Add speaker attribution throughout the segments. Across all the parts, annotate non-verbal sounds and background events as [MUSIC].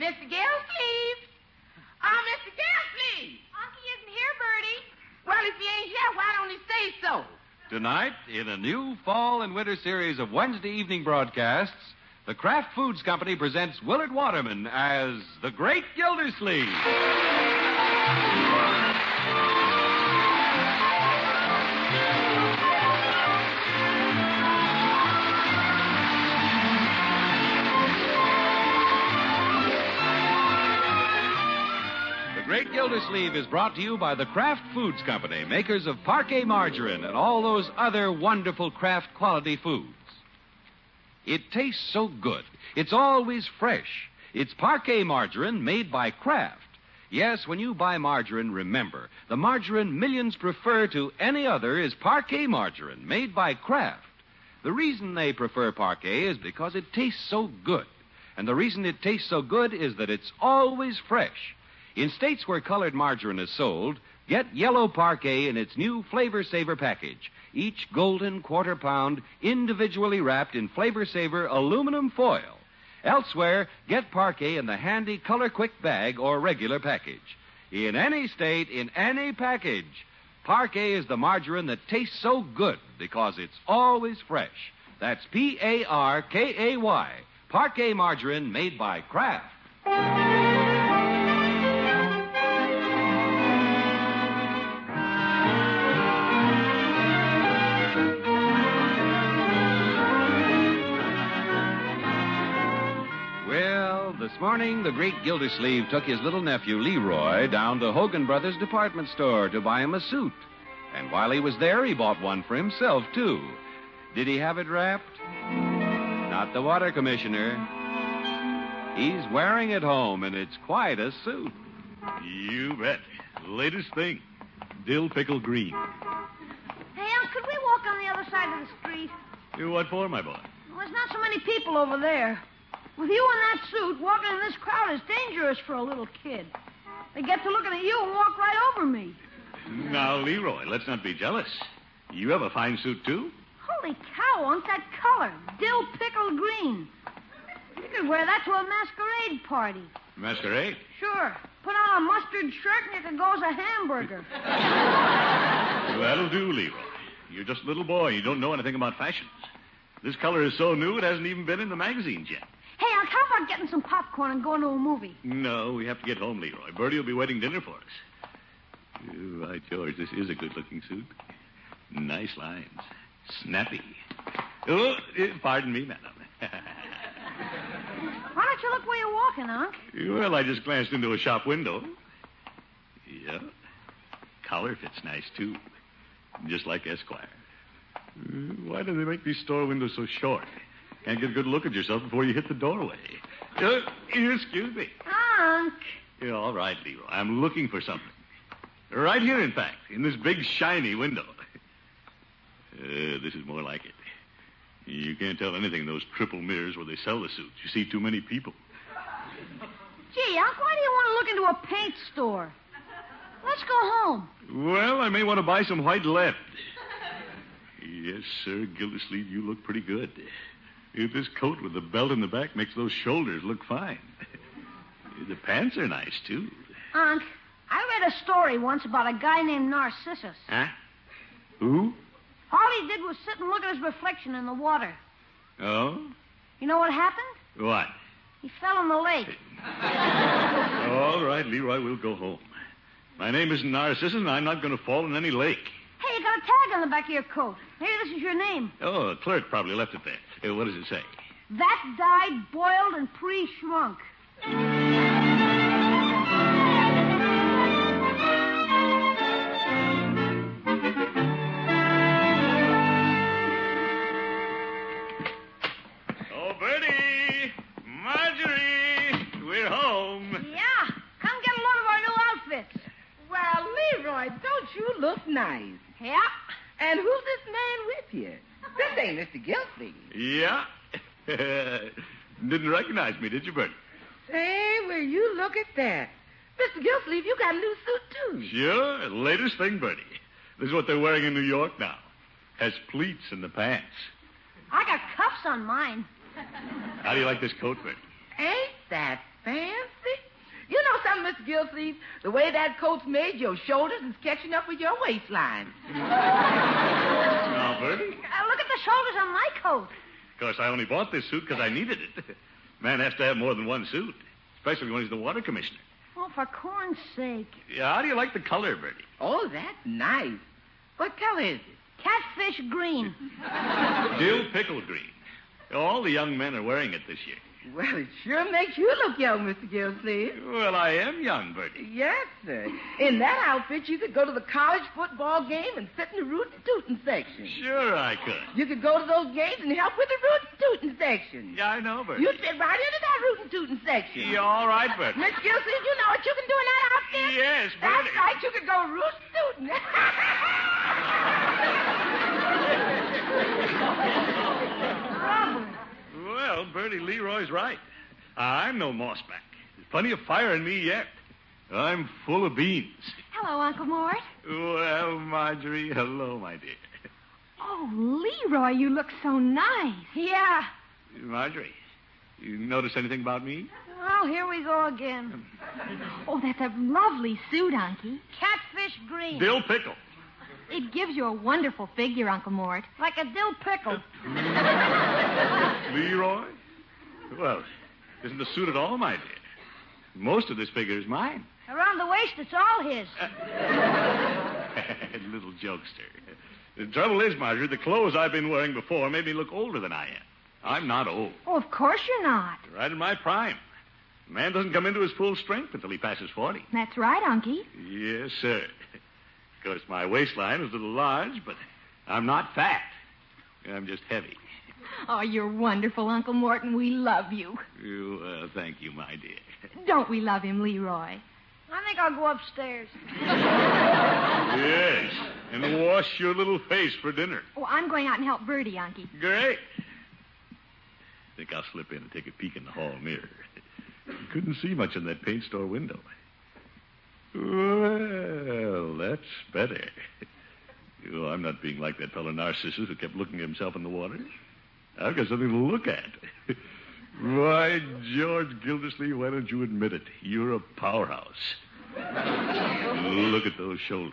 Speaker 1: Mr. Gillsleeve? Oh, Mr. Gillsleeve!
Speaker 2: Unky isn't here, Bertie.
Speaker 1: Well, if he ain't here, why don't he say so?
Speaker 3: Tonight, in a new fall and winter series of Wednesday evening broadcasts, the Kraft Foods Company presents Willard Waterman as the Great Gildersleeve. The Great Gildersleeve is brought to you by the Kraft Foods Company, makers of parquet margarine and all those other wonderful Kraft quality foods. It tastes so good. It's always fresh. It's parquet margarine made by Kraft. Yes, when you buy margarine, remember, the margarine millions prefer to any other is parquet margarine made by Kraft. The reason they prefer parquet is because it tastes so good. And the reason it tastes so good is that it's always fresh. In states where colored margarine is sold, get yellow parquet in its new Flavor Saver package. Each golden quarter pound individually wrapped in Flavor Saver aluminum foil. Elsewhere, get parquet in the handy Color Quick bag or regular package. In any state, in any package, parquet is the margarine that tastes so good because it's always fresh. That's P A R K A Y, parquet margarine made by Kraft. Well, this morning, the great Gildersleeve took his little nephew, Leroy, down to Hogan Brothers department store to buy him a suit. And while he was there, he bought one for himself, too. Did he have it wrapped? Not the water commissioner. He's wearing it home, and it's quite a suit.
Speaker 4: You bet. Latest thing dill pickle green.
Speaker 2: Hey, Unc, could we walk on the other side of the street?
Speaker 4: You What for, my boy?
Speaker 2: Well, there's not so many people over there. With you in that suit, walking in this crowd is dangerous for a little kid. They get to looking at you and walk right over me.
Speaker 4: Now, Leroy, let's not be jealous. You have a fine suit, too?
Speaker 2: Holy cow, Unc, that color. Dill pickle green. You could wear that to a masquerade party.
Speaker 4: Masquerade?
Speaker 2: Sure. Put on a mustard shirt and you could go as a hamburger.
Speaker 4: That'll do, Leroy. You're just a little boy. You don't know anything about fashions. This color is so new, it hasn't even been in the magazines yet.
Speaker 2: hey, Unc, how about getting some popcorn and going to a movie?
Speaker 4: No, we have to get home, Leroy. Bertie will be waiting dinner for us. Oh, by George, this is a good looking suit. Nice lines. Snappy. Oh, eh, pardon me, madam.
Speaker 2: Why don't you look where you're walking, Unc?
Speaker 4: well, I just glanced into a shop window. Yeah. Collar fits nice, too. Just like Esquire. Mm, Why do they make these store windows so short? Can't get a good look at yourself before you hit the doorway. Uh, excuse me.
Speaker 2: Unc.
Speaker 4: Yeah, all right, Leroy. I'm looking for something. Right here, in fact, in this big, shiny window. Uh, this is more like it. You can't tell anything in those triple mirrors where they sell the suits. You see too many people.
Speaker 2: Gee, Unc, why do you want to look into a paint store? Let's go home.
Speaker 4: Well, I may want to buy some white lead. yes, sir, Gildersleeve, you look pretty good. Eh, This coat with the belt in the back makes those shoulders look fine. the pants are nice, too.
Speaker 2: Unc, I read a story once about a guy named Narcissus.
Speaker 4: Huh? Who?
Speaker 2: All he did was sit and look at his reflection in the water.
Speaker 4: Oh?
Speaker 2: You know what happened?
Speaker 4: What?
Speaker 2: He fell in the lake.
Speaker 4: All right, Leroy, we'll go home. My name isn't Narcissus, and I'm not going to fall in any lake.
Speaker 2: Hey, you got a tag on the back of your coat. Maybe this is your name.
Speaker 4: Oh, a clerk probably left it there. Eh, what does it say?
Speaker 2: That died boiled and pre-shrunk.
Speaker 4: Oh, Bertie! Marjorie! We're home.
Speaker 2: Yeah, come get a load of our new outfits.
Speaker 1: Well, Leroy, don't you look nice?
Speaker 2: Yeah.
Speaker 1: And who's this man with you? This ain't Mr. Gillsleeve.
Speaker 4: Yeah. [LAUGHS] Didn't recognize me, did you, Bertie?
Speaker 1: Say, will you look at that? Mr. Gillsleeve, you got a new suit, too.
Speaker 4: Sure. Latest thing, Bertie. This is what they're wearing in New York now. Has pleats in the pants.
Speaker 2: I got cuffs on mine.
Speaker 4: How do you like this coat, Bertie?
Speaker 1: Ain't that fancy? Miss Gilsleeve, the way that coat's made your shoulders is catching up with your waistline.
Speaker 4: Now, Bertie.
Speaker 2: Uh, look at the shoulders on my coat.
Speaker 4: Of course, I only bought this suit because I needed it. [LAUGHS] Man has to have more than one suit, especially when he's the water commissioner.
Speaker 2: Oh, for corn's sake.
Speaker 4: Yeah, how do you like the color, Bertie?
Speaker 1: Oh, that's nice. What color is it?
Speaker 2: Catfish green.
Speaker 4: Dill pickle green. All the young men are wearing it this year.
Speaker 1: Well, it sure makes you look young, Mr. Gilsleeve.
Speaker 4: Well, I am young, Bertie.
Speaker 1: Yes, sir. In that outfit, you could go to the college football game and sit in the rootin' tootin' section.
Speaker 4: Sure, I could.
Speaker 1: You could go to those games and help with the rootin' tootin' section.
Speaker 4: Yeah, I know, Bertie.
Speaker 1: You fit right into that rootin' tootin' section.
Speaker 4: Yeah, all right, Bertie.
Speaker 1: Miss Gilsleeve, you know what you can do in that outfit?
Speaker 4: Yes,
Speaker 1: That's
Speaker 4: Bertie.
Speaker 1: right. You could go [LAUGHS] rootin' tootin'.
Speaker 2: Robert.
Speaker 4: Well, Bertie Leroy's right. I'm no mossback. There's plenty of fire in me yet. I'm full of beans.
Speaker 2: Hello, Uncle Mort.
Speaker 4: Well, Marjorie, hello, my dear.
Speaker 2: Oh, Leroy, you look so nice. Yeah.
Speaker 4: Marjorie, you notice anything about me?
Speaker 2: Oh, here we go again.
Speaker 5: [LAUGHS] Oh, that's a lovely suit, Unky.
Speaker 2: Catfish green.
Speaker 4: Dill pickle.
Speaker 5: It gives you a wonderful figure, Uncle Mort.
Speaker 2: Like a dill pickle.
Speaker 4: Leroy? Well, isn't the suit at all, my dear? Most of this figure is mine. [LAUGHS]
Speaker 2: Around the waist, it's all his.
Speaker 4: Little jokester. The trouble is, Marjorie, the clothes I've been wearing before made me look older than I am. I'm not old.
Speaker 5: Oh, of course you're not.
Speaker 4: Right in my prime. A man doesn't come into his full strength until he passes 40.
Speaker 5: That's right, Unky.
Speaker 4: Yes, sir. Of course, my waistline is a little large, but I'm not fat. I'm just heavy.
Speaker 5: Oh, you're wonderful, Uncle Morton. We love you.
Speaker 4: You, uh, thank you, my dear.
Speaker 5: Don't we love him, Leroy?
Speaker 2: I think I'll go upstairs.
Speaker 4: Yes. And wash your little face for dinner.
Speaker 5: Oh, I'm going out and help Bertie, Unky.
Speaker 4: Great. Think I'll slip in and take a peek in the hall mirror. Couldn't see much in that paint store window. Well, that's better. Oh, I'm not being like that fellow Narcissus who kept looking at himself in the water. I've got something to look at. Why, George Gildersleeve, why don't you admit it? You're a powerhouse. Oh, Look at those shoulders.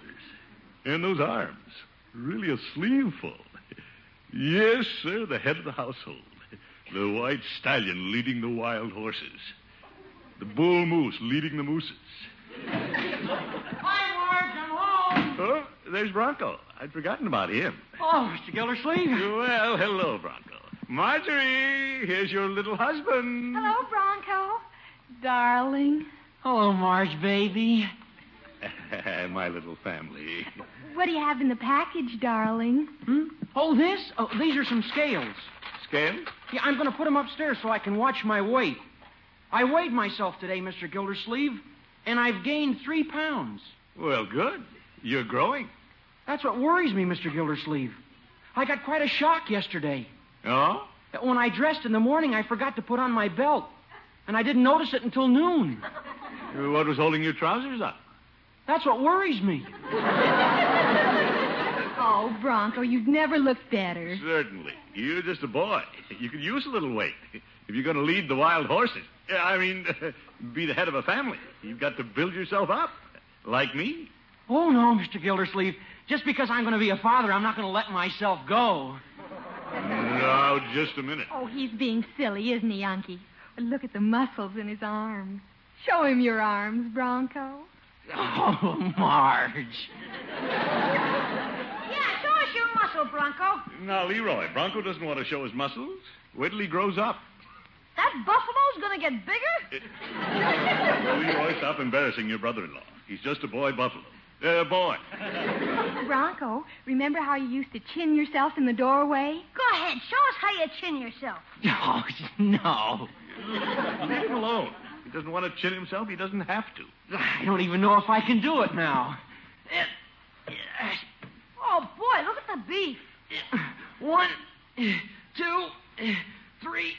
Speaker 4: And those arms. Really a sleeveful. Yes, sir, the head of the household. The white stallion leading the wild horses. The bull moose leading the mooses.
Speaker 2: Fine words, I'm home.
Speaker 4: Oh, there's Bronco. I'd forgotten about him.
Speaker 6: Oh, Mr. Gildersleeve.
Speaker 4: Well, hello, Bronco. Marjorie, here's your little husband.
Speaker 5: Hello, Bronco. Darling.
Speaker 6: Hello, Marge, baby.
Speaker 4: [LAUGHS] My little family.
Speaker 5: What do you have in the package, darling?
Speaker 6: Hmm? Oh, this? Oh, these are some scales.
Speaker 4: Scale?
Speaker 6: Yeah, I'm going to put them upstairs so I can watch my weight. I weighed myself today, Mr. Gildersleeve, and I've gained three pounds.
Speaker 4: Well, good. You're growing.
Speaker 6: That's what worries me, Mr. Gildersleeve. I got quite a shock yesterday.
Speaker 4: Oh?
Speaker 6: When I dressed in the morning, I forgot to put on my belt, and I didn't notice it until noon.
Speaker 4: What was holding your trousers up?
Speaker 6: That's what worries me.
Speaker 5: Oh, Bronco, you've never looked better.
Speaker 4: Certainly. You're just a boy. You can use a little weight. If you're going to lead the wild horses, I mean, [LAUGHS] be the head of a family, you've got to build yourself up. Like me.
Speaker 6: Oh, no, Mr. Gildersleeve. Just because I'm going to be a father, I'm not going to let myself go.
Speaker 4: Now, just a minute.
Speaker 5: Oh, he's being silly, isn't he, Unky? Look at the muscles in his arms. Show him your arms, Bronco.
Speaker 6: Oh, Marge.
Speaker 2: Yeah, show us your muscle, Bronco.
Speaker 4: Now, Leroy, Bronco doesn't want to show his muscles. Wait till he grows up.
Speaker 2: That buffalo's gonna get bigger?
Speaker 4: Leroy, stop embarrassing your brother-in-law. He's just a boy buffalo. Uh, boy.
Speaker 5: Bronco, remember how you used to chin yourself in the doorway?
Speaker 2: Go ahead, show us how you chin yourself.
Speaker 6: Oh, no.
Speaker 4: Leave him alone. He doesn't want to chin himself. He doesn't have to.
Speaker 6: I don't even know if I can do it now.
Speaker 2: Oh, boy, look at the beef.
Speaker 6: One, two, three,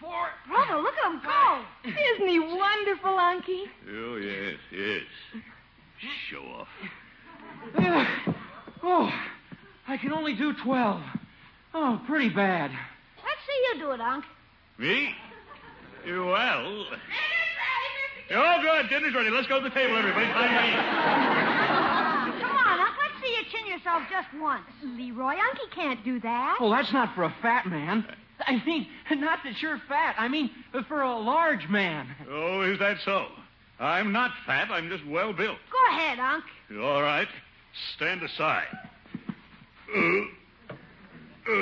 Speaker 6: four.
Speaker 2: Brother, look at him go.
Speaker 5: Isn't he wonderful, Unky?
Speaker 4: Oh, yes, yes. Show off.
Speaker 6: Oh, I can only do 12. Oh, pretty bad.
Speaker 2: Let's see you do it, Unc.
Speaker 4: Me? Well. Oh, good. good. Dinner's ready. Let's go to the table, everybody. Bye.
Speaker 2: Come on, Unc. Let's see you chin yourself just once.
Speaker 5: Leroy, Unky can't do that.
Speaker 6: Oh, that's not for a fat man. I mean, not that you're fat. I mean, for a large man.
Speaker 4: Oh, is that so? I'm not fat. I'm just well built.
Speaker 2: Go ahead, Unc.
Speaker 4: All right. Stand aside. Uh, uh,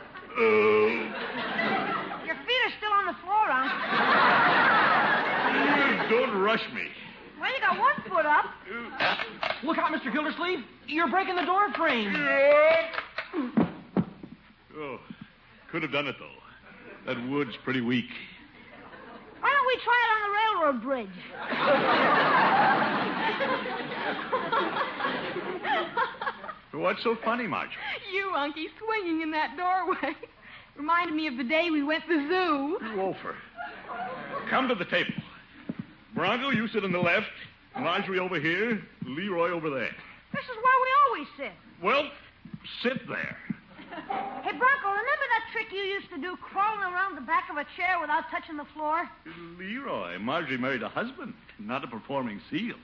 Speaker 4: uh.
Speaker 2: Your feet are still on the floor, Unc.
Speaker 4: Don't rush me.
Speaker 2: Well, you got one foot up.
Speaker 6: Look out, Mr. Gildersleeve. You're breaking the door frame.
Speaker 4: Oh, could have done it, though. That wood's pretty weak.
Speaker 2: Why don't we try it on the railroad bridge?
Speaker 4: What's so funny, Marjorie?
Speaker 5: You, Unky, swinging in that doorway. [LAUGHS] Reminded me of the day we went to the zoo.
Speaker 4: Wolfer. Come to the table. Bronco, you sit on the left. Marjorie over here. Leroy over there.
Speaker 2: This is where we always sit.
Speaker 4: Well, sit there.
Speaker 2: Hey, Bronco, remember that trick you used to do, crawling around the back of a chair without touching the floor?
Speaker 4: Leroy, Marjorie married a husband, not a performing seal.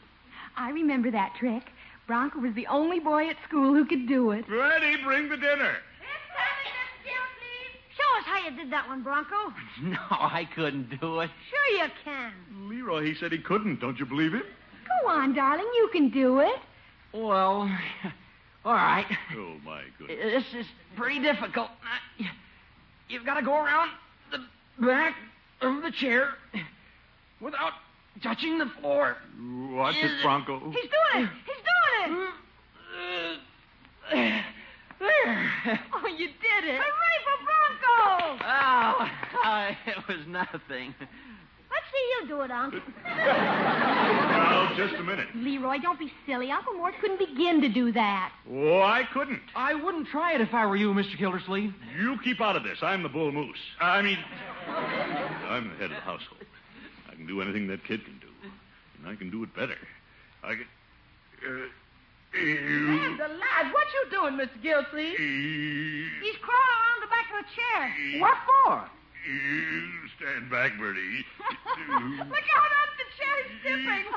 Speaker 5: I remember that trick. Bronco was the only boy at school who could do it.
Speaker 4: Ready, bring the dinner.
Speaker 2: Show us how you did that one, Bronco.
Speaker 6: [LAUGHS] No, I couldn't do it.
Speaker 2: Sure you can.
Speaker 4: Leroy, he said he couldn't. Don't you believe him?
Speaker 5: Go on, darling, you can do it.
Speaker 6: Well, [LAUGHS] all right.
Speaker 4: Oh, my goodness.
Speaker 6: This is pretty difficult. I- You've got to go around the back of the chair without touching the floor.
Speaker 4: Watch it, Bronco.
Speaker 2: He's doing it. He's doing it.
Speaker 6: There.
Speaker 5: Oh, you did it.
Speaker 2: Hooray for Bronco!
Speaker 6: Oh, it was nothing.
Speaker 2: Let's see you do it, Unc.
Speaker 4: Now, just a minute.
Speaker 5: Leroy, don't be silly. Uncle Mort couldn't begin to do that.
Speaker 4: Oh, I couldn't.
Speaker 6: I wouldn't try it if I were you, Mr. Gildersleeve.
Speaker 4: You keep out of this. I'm the bull moose. I mean, I'm the head of the household. I can do anything that kid can do, and I can do it better. I can. Uh,
Speaker 1: Land alive, what you doing, Mr. Gilsey?
Speaker 4: you-
Speaker 2: He's crawling around the back of a chair.
Speaker 4: Mm-hmm.
Speaker 6: What for?
Speaker 4: you stand back, Bertie.
Speaker 2: Look out, Unc. The chair's
Speaker 5: [LAUGHS]
Speaker 2: dipping.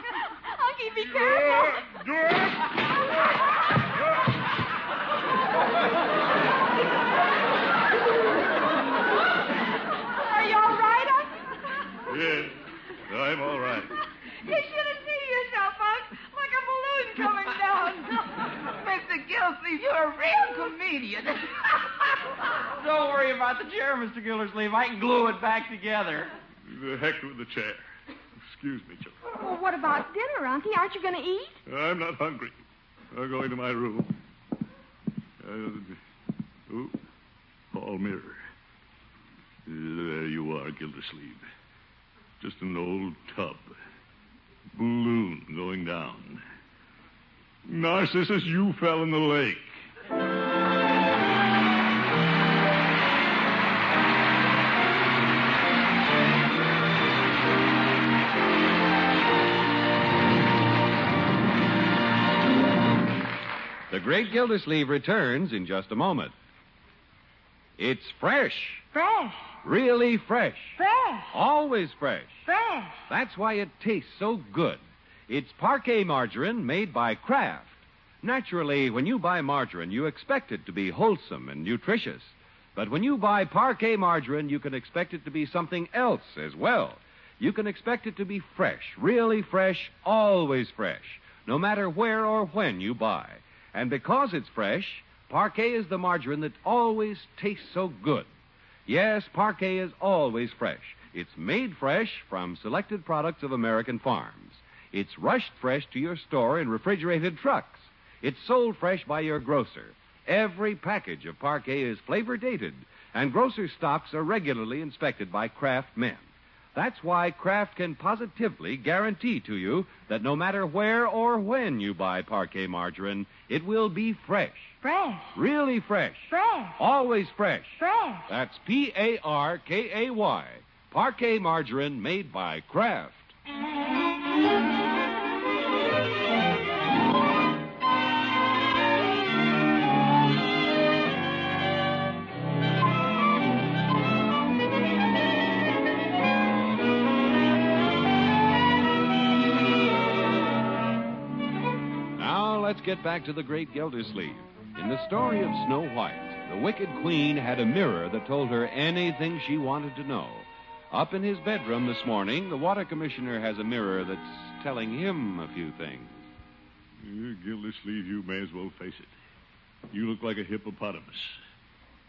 Speaker 5: Unky, be careful.
Speaker 2: Are you all right, Unc?
Speaker 4: Yes, I'm all right.
Speaker 2: You should have seen yourself, Unc. Like a balloon
Speaker 5: [LAUGHS]
Speaker 2: coming down.
Speaker 1: Mr. Gilsey, you're a real comedian. [LAUGHS]
Speaker 6: Don't worry about the chair, Mr. Gildersleeve. I can glue it back together.
Speaker 4: The heck with the chair. Excuse me, children.
Speaker 5: Well, what about dinner, Unky? Aren't you going to eat?
Speaker 4: I'm not hungry. I'm going to my room. Uh, ooh, hall mirror. There you are, Gildersleeve. Just an old tub. Balloon going down. Narcissus, you fell in the lake.
Speaker 3: The Great Gildersleeve returns in just a moment. It's fresh,
Speaker 2: Fresh,
Speaker 3: really fresh,
Speaker 2: fresh,
Speaker 3: always fresh.
Speaker 2: fresh.
Speaker 3: That's why it tastes so good. It's parquet margarine made by Kraft. Naturally, when you buy margarine, you expect it to be wholesome and nutritious. But when you buy parquet margarine, you can expect it to be something else as well. You can expect it to be fresh, really fresh, always fresh, no matter where or when you buy. And because it's fresh, parquet is the margarine that always tastes so good. Yes, parquet is always fresh. It's made fresh from selected products of American farms. It's rushed fresh to your store in refrigerated trucks. It's sold fresh by your grocer. Every package of parquet is flavor dated, and grocer stocks are regularly inspected by Kraft men. That's why Kraft can positively guarantee to you that no matter where or when you buy parquet margarine, it will be fresh.
Speaker 2: Fresh,
Speaker 3: Really fresh.
Speaker 2: fresh,
Speaker 3: Always fresh.
Speaker 2: fresh.
Speaker 3: That's P A R K A Y. Parquet margarine made by Kraft. let's get back to the great Gildersleeve. In the story of Snow White, the wicked queen had a mirror that told her anything she wanted to know. Up in his bedroom this morning, the water commissioner has a mirror that's telling him a few things.
Speaker 4: You Gildersleeve, you may as well face it. You look like a hippopotamus.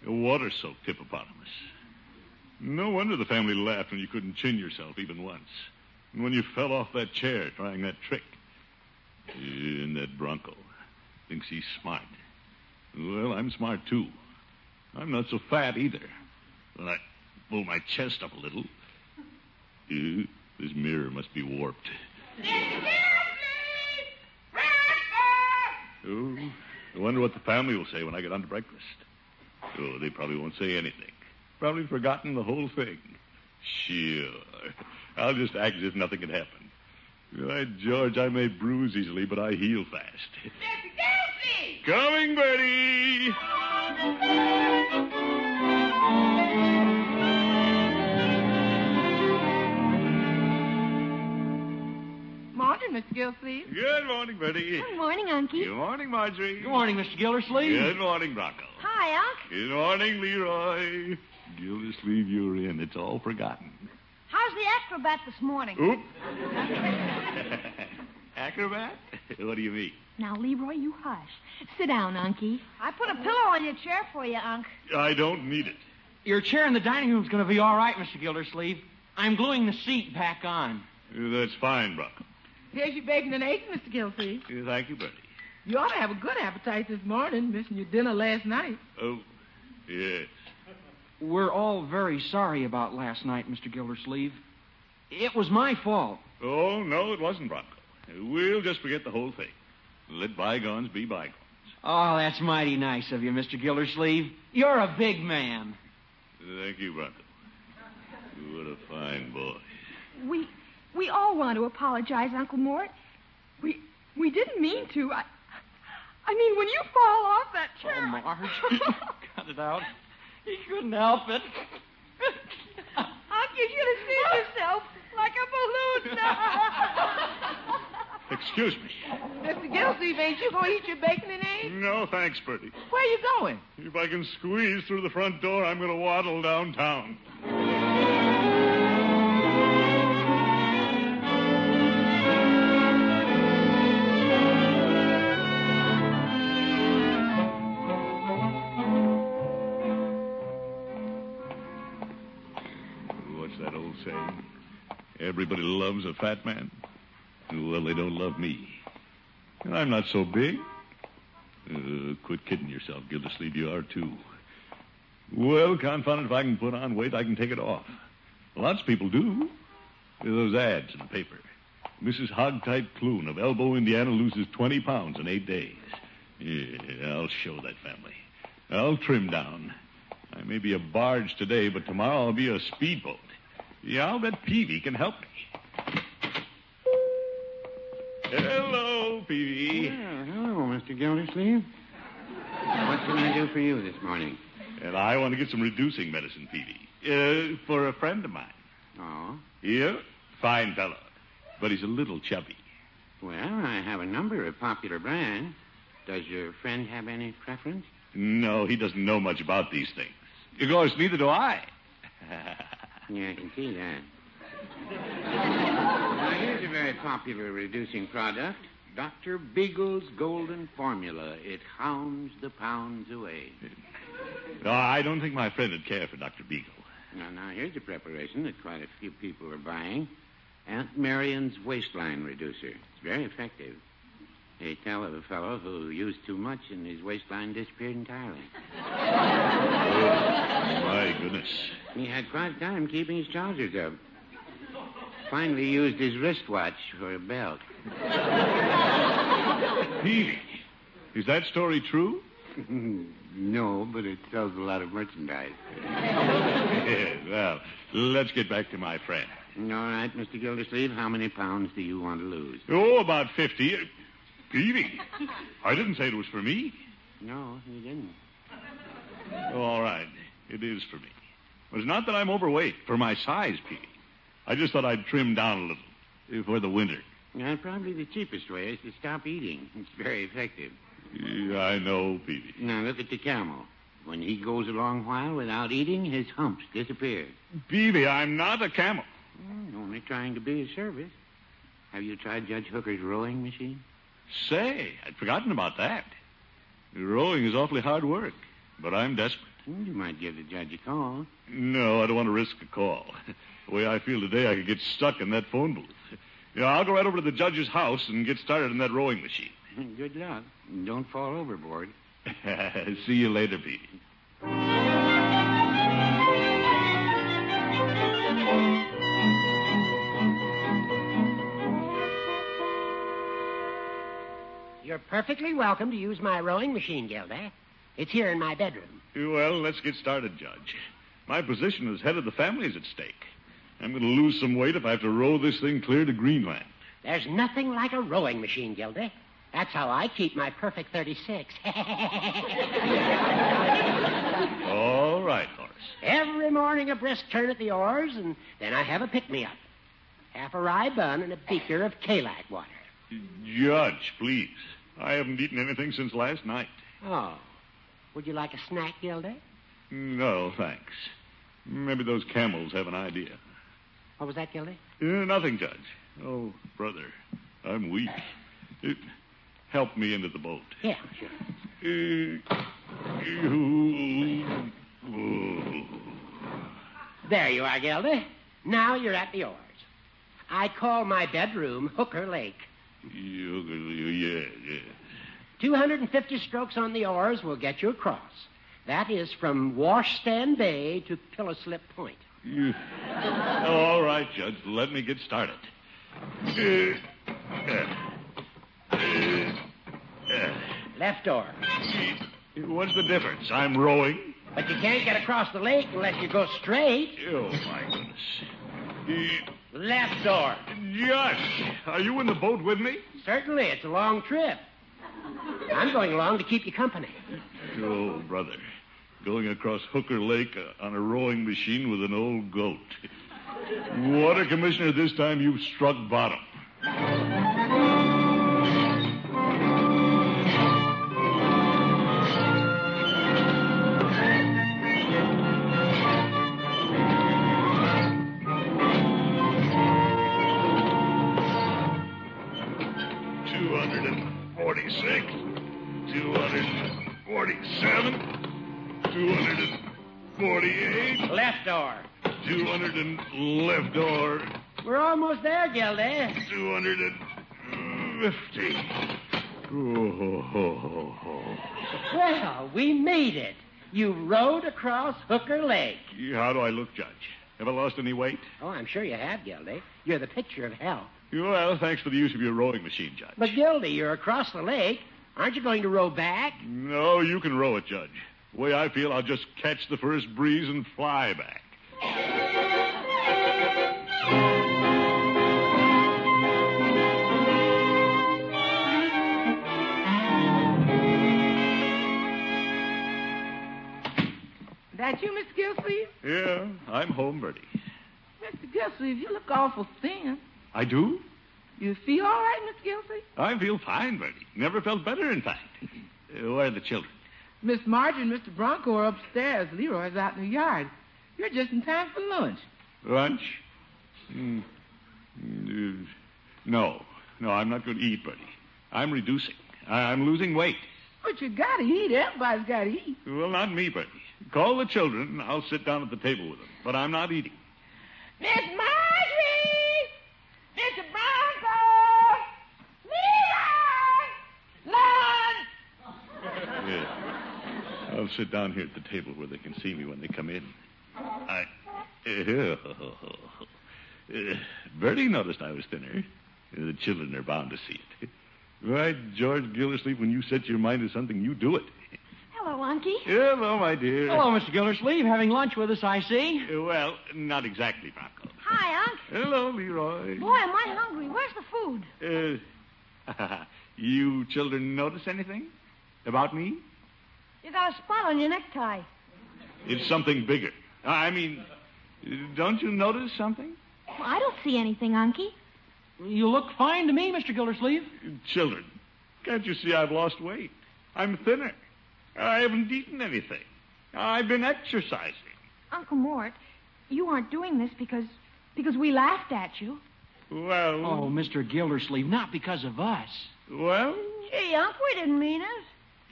Speaker 4: A water soaked hippopotamus. No wonder the family laughed when you couldn't chin yourself even once. And when you fell off that chair trying that trick. Eh, And that Bronco thinks he's smart. Well, I'm smart too. I'm not so fat either. But I pull my chest up a little. Eh, This mirror must be warped. Oh, I wonder what the family will say when I get on to breakfast. Oh, they probably won't say anything. Probably forgotten the whole thing. Sure. I'll just act as if nothing had happened. Why, George, I may bruise easily, but I heal fast. Coming, Bertie!
Speaker 1: Morning, Miss Gilsleeve.
Speaker 4: Good morning, Bertie.
Speaker 5: Good morning, Unky.
Speaker 4: Good morning, Marjorie.
Speaker 6: Good morning, Mr. Gildersleeve.
Speaker 4: Good morning, Bronco.
Speaker 5: Hi, Unc.
Speaker 4: Good morning, Leroy. Gildersleeve, you're in. It's all forgotten.
Speaker 2: How's the acrobat this morning?
Speaker 4: Oop. [LAUGHS] Acrobat? [LAUGHS] What do you mean?
Speaker 5: Now, Leroy, you hush. Sit down, Unky.
Speaker 2: I put a pillow on your chair for you, Unc.
Speaker 4: I don't need it.
Speaker 6: Your chair in the dining room's going to be all right, Mr. Gildersleeve. I'm gluing the seat back on.
Speaker 4: That's fine, Bronco.
Speaker 1: Here's your bacon and eggs, Mr. Gilsleeve.
Speaker 4: Thank you, Bertie.
Speaker 1: You ought to have a good appetite this morning, missing your dinner last night.
Speaker 4: Oh, yes.
Speaker 6: We're all very sorry about last night, Mr. Gildersleeve. It was my fault.
Speaker 4: Oh, no, it wasn't, Bronco. We'll just forget the whole thing. Let bygones be bygones.
Speaker 6: Oh, that's mighty nice of you, Mr. Gildersleeve. You're a big man.
Speaker 4: Thank you, Bronco. What a fine boy.
Speaker 5: We we all want to apologize, Uncle Mort. We we didn't mean to. I I mean, when you fall off that chair,
Speaker 6: Oh, [LAUGHS] Marge.
Speaker 5: [LAUGHS]
Speaker 6: Cut it out. He couldn't help it.
Speaker 2: Unc, you should have seen yourself like a
Speaker 6: [LAUGHS]
Speaker 2: balloon.
Speaker 4: Excuse me.
Speaker 1: Mr. Gilsleeve, ain't you going to eat your bacon and eggs?
Speaker 4: No, thanks, Bertie.
Speaker 1: Where you going?
Speaker 4: If I can squeeze through the front door, I'm going to waddle downtown. What's that old saying? Everybody loves a fat man. Well, they don't love me. And I'm not so big. Uh, quit kidding yourself, Gildersleeve. You are too. Well, confound it, if I can put on weight, I can take it off. Lots of people do. There are Those ads in the paper. Mrs. Hogtight Clune of Elbow, Indiana, loses 20 pounds in eight days. Yeah, I'll show that family. I'll trim down. I may be a barge today, but tomorrow I'll be a speedboat. Yeah, I'll bet Peavy can help me. Hello, Peavy.
Speaker 7: hello, Mr. Gildersleeve. What can I do for you this morning?
Speaker 4: And I want to get some reducing medicine, Peavy. Uh, for a friend of mine.
Speaker 7: Oh,
Speaker 4: Yeah? Fine fellow. But he's a little chubby.
Speaker 7: well, I have a number of popular brands. Does your friend have any preference?
Speaker 4: No, he doesn't know much about these things. Of course, neither do I.
Speaker 7: Yeah, I can see that. now, here's a very popular reducing product Dr. Beagle's Golden Formula. It hounds the pounds away.
Speaker 4: [LAUGHS] No, I don't think my friend would care for Dr. Beagle.
Speaker 7: Now, now, here's a preparation that quite a few people are buying Aunt Marion's Waistline Reducer. It's very effective. They tell of a fellow who used too much and his waistline disappeared entirely.
Speaker 4: My goodness.
Speaker 7: He had quite a time keeping his trousers up. Finally used his wristwatch for a belt. [LAUGHS]
Speaker 4: Peavy, is that story [LAUGHS] true?
Speaker 7: no, but it sells a lot of merchandise.
Speaker 4: well, let's get back to my friend.
Speaker 7: Mm, All right, Mr. Gildersleeve, how many pounds do you want to lose?
Speaker 4: Oh, about 50. Peavy, I didn't say it was for me.
Speaker 7: No, you didn't.
Speaker 4: Oh, All right. It is for me. But it's not that I'm overweight for my size, Peavy. I just thought I'd trim down a little eh, for the winter.
Speaker 7: Now, Uh, probably the cheapest way is to stop eating. It's very effective.
Speaker 4: Yeah, I know, Petey.
Speaker 7: Now, look at the camel. When he goes a long while without eating, his humps disappear.
Speaker 4: Peavy, I'm not a camel.
Speaker 7: Mm, only trying to be of service. Have you tried Judge Hooker's rowing machine?
Speaker 4: Say, I'd forgotten about that. Rowing is awfully hard work, but I'm desperate.
Speaker 7: Mm, You might give the judge a call. [LAUGHS]
Speaker 4: No, I don't want to risk a call. The way I feel today, I could get stuck in that phone booth. Yeah, I'll go right over to the judge's house and get started in that rowing machine. [LAUGHS]
Speaker 7: Good luck. and Don't fall overboard.
Speaker 4: See you later, Petey.
Speaker 8: You're perfectly welcome to use my [LAUGHS] rowing machine, Gilda. It's here in my bedroom.
Speaker 4: Well, let's get started, Judge. My position as head of the family is at stake. I'm going to lose some weight if I have to row this thing clear to Greenland.
Speaker 8: There's nothing like a rowing machine, Gilda. That's how I keep my perfect 36.
Speaker 4: All right, Horace.
Speaker 8: Every morning a brisk turn at the oars, and then I have a pick-me-up. Half a rye bun and a beaker of Kalak water.
Speaker 4: Judge, please. I haven't eaten anything since last night.
Speaker 8: Oh. Would you like a snack, Gilda?
Speaker 4: No, thanks. Maybe those camels have an idea.
Speaker 8: What was that, Gilda?
Speaker 4: Uh, nothing, Judge. Oh, brother, I'm weak. Uh, help me into the boat. Eh,
Speaker 8: Yeah, sure.
Speaker 4: Uh,
Speaker 8: There you are, Gilda. Now you're at the oars. I call my bedroom Hooker Lake.
Speaker 4: yeah, yeah.
Speaker 8: 250 strokes on the oars will get you across. That is from Washstand Bay to Pillow Slip Point.
Speaker 4: You- Oh, All right, Judge. Let me get started. Uh, uh, uh,
Speaker 8: Left oar.
Speaker 4: uh. What's the difference? I'm rowing.
Speaker 8: But you can't get across the lake unless you go straight.
Speaker 4: Oh, my goodness. Uh,
Speaker 8: Left oar.
Speaker 4: Judge, are you in the boat with me?
Speaker 8: Certainly, it's a long trip. I'm going along to keep you company.
Speaker 4: Oh, brother. Going across Hooker Lake uh, on a rowing machine with an old goat. Water Commissioner, this time you've struck bottom. Two hundred and forty-six, two hundred and forty-seven, two hundred and forty-eight,
Speaker 8: Left oar.
Speaker 4: two hundred and left oar,
Speaker 8: We're almost there, Gilda.
Speaker 4: two hundred and fifty. Oh, ho, ho, ho.
Speaker 8: Well, we made it. You rowed across Hooker Lake.
Speaker 4: How do I look, Judge? Have I lost any weight?
Speaker 8: Oh, I'm sure you have, Gildy. You're the picture of health.
Speaker 4: Well, thanks for the use of your rowing machine, Judge.
Speaker 8: But, Gildy, you're across the lake. Aren't you going to row back?
Speaker 4: No, you can row it, Judge. The way I feel, I'll just catch the first breeze and fly back.
Speaker 1: That you, Mr. Gilsleeve?
Speaker 4: Yeah, I'm home, Bertie.
Speaker 1: Mr. Gilsleeve, you look awful thin.
Speaker 4: I do?
Speaker 1: You feel all right, Mr. Gilsleeve?
Speaker 4: I feel fine, Bertie. Never felt better, in fact. Uh, where are the children?
Speaker 1: Miss Marjorie and Mr. Bronco are upstairs. Leroy's out in the yard. You're just in time for lunch.
Speaker 4: Lunch? Hmm. Mm, uh, No, no, I'm not going to eat, Bertie. I'm reducing. I- I'm losing weight.
Speaker 1: But you gotta eat. Everybody's gotta eat.
Speaker 4: Well, not me, Bertie. Call the children, and I'll sit down at the table with them. But I'm not eating.
Speaker 1: Miss Marjorie! Mr. Bronco! Leroy! Lunch!
Speaker 4: Yeah. I'll sit down here at the table where they can see me when they come in. I. [LAUGHS] Uh, Bertie noticed I was thinner. The children are bound to see it. Right, George Gildersleeve, when you set your mind to something, you do it.
Speaker 5: Hello, Unky.
Speaker 4: Hello, my dear.
Speaker 1: Oh,
Speaker 6: Hello, Mr. Gildersleeve. Having lunch with us, I see.
Speaker 4: Uh, Well, not exactly, Bronco.
Speaker 2: Hi, Unc.
Speaker 4: Hello, Leroy.
Speaker 2: Boy, am I hungry. Where's the food?
Speaker 4: Uh, [LAUGHS] you children notice anything about me?
Speaker 2: You got a spot on your necktie.
Speaker 4: It's something bigger. I mean, don't you notice something?
Speaker 5: Well, I don't see anything, Unky.
Speaker 9: You look fine to me, Mr. Gildersleeve.
Speaker 4: Children, can't you see I've lost weight? I'm thinner. I haven't eaten anything. I've been exercising.
Speaker 5: Uncle Mort, you aren't doing this because because we laughed at you.
Speaker 4: Well.
Speaker 9: Oh, Mr. Gildersleeve, not because of us.
Speaker 4: Well,
Speaker 2: Gee, Unc, we didn't mean it.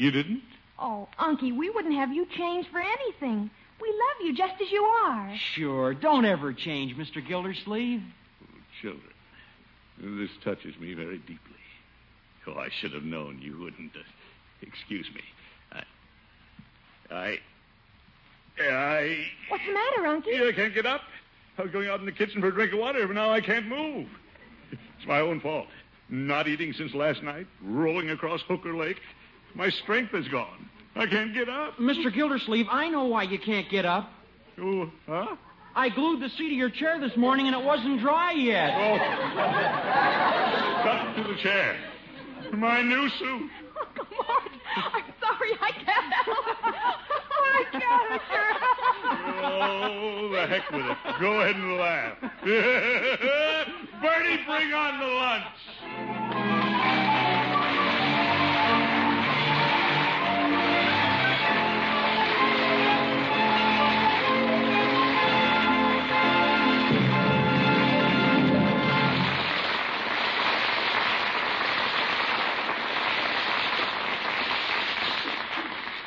Speaker 4: you didn't?
Speaker 5: Oh, Unky, we wouldn't have you change for anything. We love you just as you are.
Speaker 9: Sure, don't ever change, Mr. Gildersleeve.
Speaker 4: Children, this touches me very deeply. Oh, I should have known you wouldn't. Uh, excuse me. I. I. I.
Speaker 5: What's the matter,
Speaker 4: [LAUGHS]
Speaker 5: Unky?
Speaker 4: I can't get up. I was going out in the kitchen for a drink of water, but now I can't move. It's my own fault. Not eating since last night, rolling across Hooker Lake. My strength is gone. I can't get up.
Speaker 9: Mr. Gildersleeve, I know why you can't get up.
Speaker 4: Oh, huh?
Speaker 9: I glued the seat of your chair this morning and it wasn't dry yet.
Speaker 4: Oh. Stuck to the chair. My new suit.
Speaker 5: Uncle Mort, I'm sorry, I can't help. [LAUGHS] I can't.
Speaker 4: Oh, the heck with it. Go ahead and laugh. [LAUGHS] Bertie, bring on the lunch.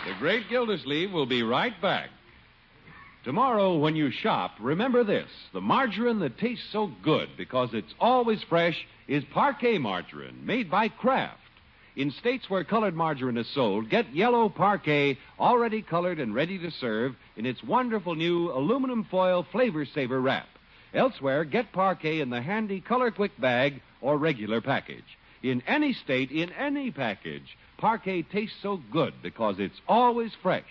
Speaker 3: The Great Gildersleeve will be right back. Tomorrow, when you shop, remember this the margarine that tastes so good because it's always fresh is parquet margarine made by Kraft. In states where colored margarine is sold, get yellow parquet already colored and ready to serve in its wonderful new aluminum foil flavor saver wrap. Elsewhere, get parquet in the handy Color Quick bag or regular package. In any state, in any package, parquet tastes so good because it's always fresh.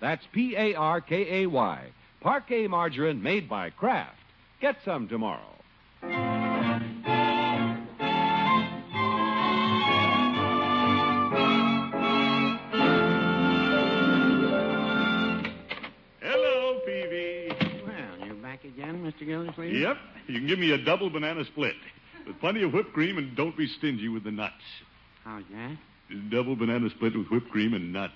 Speaker 3: That's P A R K A Y. Parquet margarine made by Kraft. Get some tomorrow.
Speaker 4: Hello, Peavy.
Speaker 7: Well, you're back again, Mr. Gildersleeve?
Speaker 4: Yep, you can give me a double banana split with plenty of whipped cream and don't be stingy with the nuts.
Speaker 7: How's that?
Speaker 4: Double banana split with whipped cream and nuts.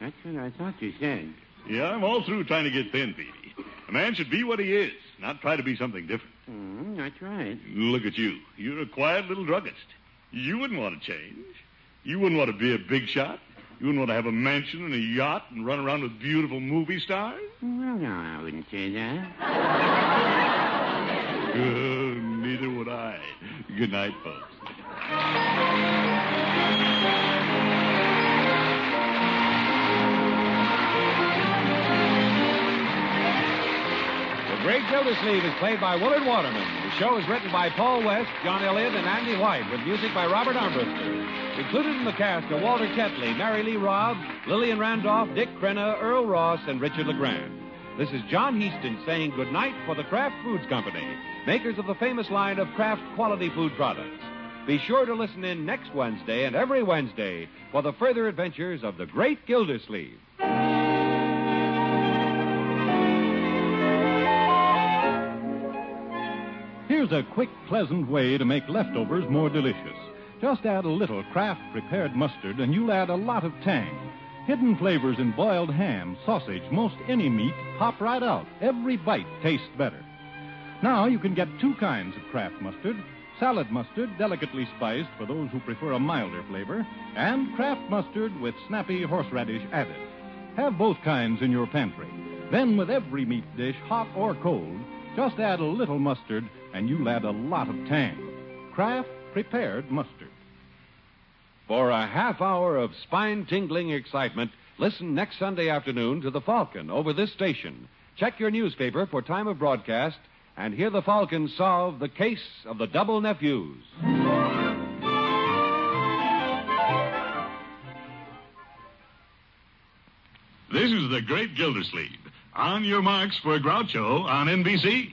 Speaker 7: That's what I thought you said.
Speaker 4: Yeah, I'm all through trying to get thin, Peavy. A man should be what he is, not try to be something different.
Speaker 7: Mm, that's right.
Speaker 4: Look at you. You're a quiet little druggist. You wouldn't want to change. You wouldn't want to be a big shot. You wouldn't want to have a mansion and a yacht and run around with beautiful movie stars.
Speaker 7: Well, no, I wouldn't say that.
Speaker 4: Uh, neither would I. Good night, folks.
Speaker 3: The Great Gildersleeve is played by Willard Waterman. The show is written by Paul West, John Elliott, and Andy White, with music by Robert Armbruster. Included in the cast are Walter Ketley, Mary Lee Robb, Lillian Randolph, Dick Crenna, Earl Ross, and Richard LeGrand. This is John Heaston saying goodnight for the Kraft Foods Company, makers of the famous line of Kraft quality food products. Be sure to listen in next Wednesday and every Wednesday for the further adventures of the Great Gildersleeve.
Speaker 10: Here's a quick, pleasant way to make leftovers more delicious. Just add a little Kraft prepared mustard and you'll add a lot of tang. Hidden flavors in boiled ham, sausage, most any meat pop right out. Every bite tastes better. Now you can get two kinds of Kraft mustard salad mustard, delicately spiced for those who prefer a milder flavor, and Kraft mustard with snappy horseradish added. Have both kinds in your pantry. Then, with every meat dish, hot or cold, just add a little mustard and you'll add a lot of tang. Kraft prepared mustard.
Speaker 3: For a half hour of spine tingling excitement, listen next Sunday afternoon to The Falcon over this station. Check your newspaper for time of broadcast and hear The Falcon solve the case of the double nephews.
Speaker 4: This is the great Gildersleeve. On your marks for Groucho on NBC.